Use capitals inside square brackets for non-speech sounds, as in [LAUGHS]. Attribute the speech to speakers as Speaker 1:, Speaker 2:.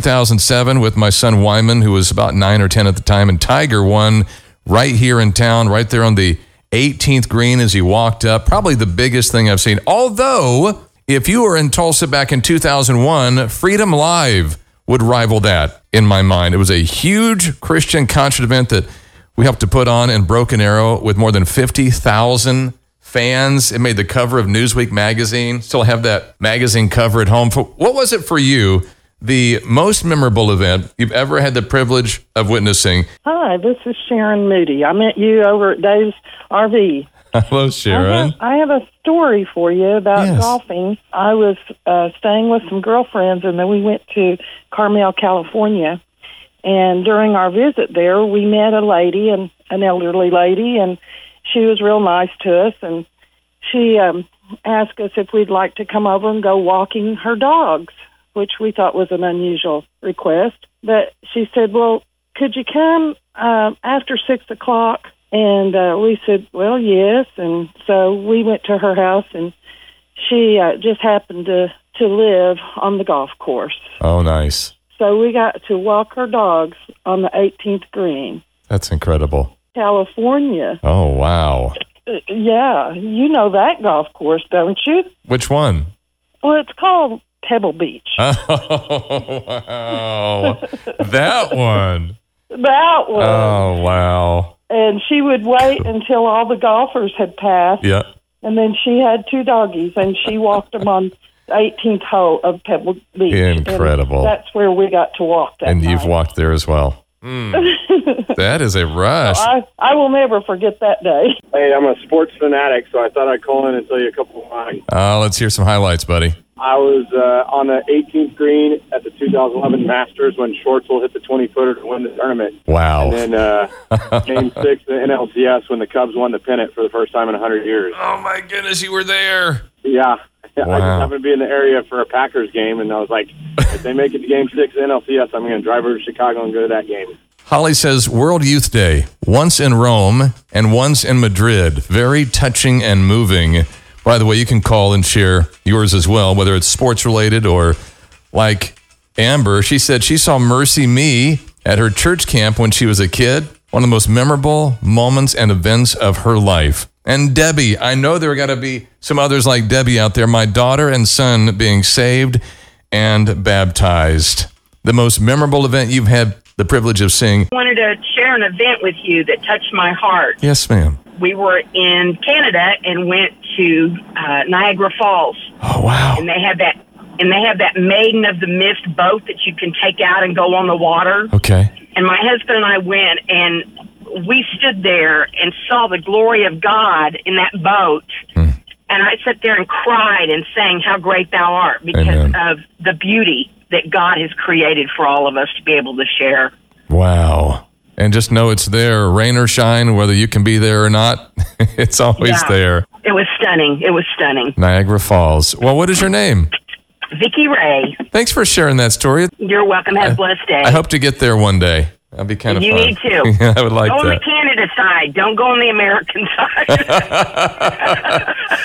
Speaker 1: 2007 with my son Wyman, who was about nine or 10 at the time, and Tiger won right here in town, right there on the 18th green as he walked up. Probably the biggest thing I've seen. Although, if you were in Tulsa back in 2001, Freedom Live would rival that in my mind. It was a huge Christian concert event that we helped to put on in Broken Arrow with more than 50,000 fans. It made the cover of Newsweek magazine. Still have that magazine cover at home. For- What was it for you? The most memorable event you've ever had the privilege of witnessing. [LAUGHS]
Speaker 2: Hi, this is Sharon Moody. I met you over at Dave's RV.
Speaker 1: Hello,
Speaker 2: I have,
Speaker 1: Sharon.
Speaker 2: I have a story for you about
Speaker 1: Yes.
Speaker 2: golfing. I was uh, staying with some girlfriends, and then we went to Carmel, California. And during our visit there, we met a lady, and an elderly lady, and she was real nice to us. And she um, asked us if we'd like to come over and go walking her dogs, which we thought was an unusual request. But she said, "Well, could you come uh, after six o'clock?" And uh, we said, "Well, yes." And so we went to her house, and she uh, just happened to to live on the golf course.
Speaker 1: Oh, nice.
Speaker 2: So we got to walk her dogs on the 18th green.
Speaker 1: That's incredible.
Speaker 2: California.
Speaker 1: Oh, wow.
Speaker 2: Uh, Yeah, you know that golf course, don't you?
Speaker 1: Which one? [LAUGHS]
Speaker 2: Well, it's called Pebble Beach.
Speaker 1: Uh, Oh, wow. that one.
Speaker 2: that one.
Speaker 1: Oh, wow.
Speaker 2: and she would wait until all the golfers had passed,
Speaker 1: Yeah.
Speaker 2: and then she had two doggies, and she walked them on the 18th hole of Pebble Beach. And
Speaker 1: Incredible.
Speaker 2: that's where we got to walk that
Speaker 1: And you've
Speaker 2: night.
Speaker 1: walked there as well. Mm. that is a rush.
Speaker 2: I, I will never forget that day. [LAUGHS]
Speaker 3: Hey, I'm a sports fanatic, so I thought I'd call in and tell you a couple of mine.
Speaker 1: Uh, let's hear some highlights, buddy.
Speaker 3: I was uh, on the 18th green at the 2011 Masters when Schwartzel hit the 20 footer to win the tournament.
Speaker 1: Wow.
Speaker 3: And then uh, game six in the NLCS when the Cubs won the pennant for the first time in 100 years.
Speaker 1: oh, my goodness, you were there.
Speaker 3: Yeah. [LAUGHS] I just
Speaker 1: Wow.
Speaker 3: happened to be in the area for a Packers game, and I was like, if they make it to game six in NLCS, I'm going to drive over to Chicago and go to that game.
Speaker 1: Holly says World Youth Day, once in Rome and once in Madrid. Very touching and moving. By the way, you can call and share yours as well, whether it's sports related or like Amber. She said she saw Mercy Me at her church camp when she was a kid. One of the most memorable moments and events of her life. And Debbie, I know there are got to be some others like Debbie out there. My daughter and son being saved and baptized. The most memorable event you've had the privilege of seeing.
Speaker 4: wanted to share an event with you that touched my heart.
Speaker 1: Yes, ma'am.
Speaker 4: We were in Canada and went to uh, Niagara Falls,
Speaker 1: Oh, wow.
Speaker 4: and they have that and they have that Maiden of the Mist boat that you can take out and go on the water.
Speaker 1: Okay.
Speaker 4: And my husband and I went, and we stood there and saw the glory of God in that boat. And I sat there and cried and sang, "How great Thou art!" because
Speaker 1: Amen.
Speaker 4: of the beauty that God has created for all of us to be able to share.
Speaker 1: Wow. And just know it's there, rain or shine, whether you can be there or not. [LAUGHS] it's always
Speaker 4: Yeah.
Speaker 1: there.
Speaker 4: It was stunning. It was stunning.
Speaker 1: Niagara Falls. Well, what is your name?
Speaker 4: Vicki Ray,
Speaker 1: Thanks for sharing that story.
Speaker 4: you're welcome. Have a blessed day.
Speaker 1: I hope to get there one day. That'd be kind of
Speaker 4: You
Speaker 1: fun.
Speaker 4: need to.
Speaker 1: [LAUGHS] yeah, I would like
Speaker 4: go on the
Speaker 1: that.
Speaker 4: [LAUGHS] Canada side. Don't go on the American side.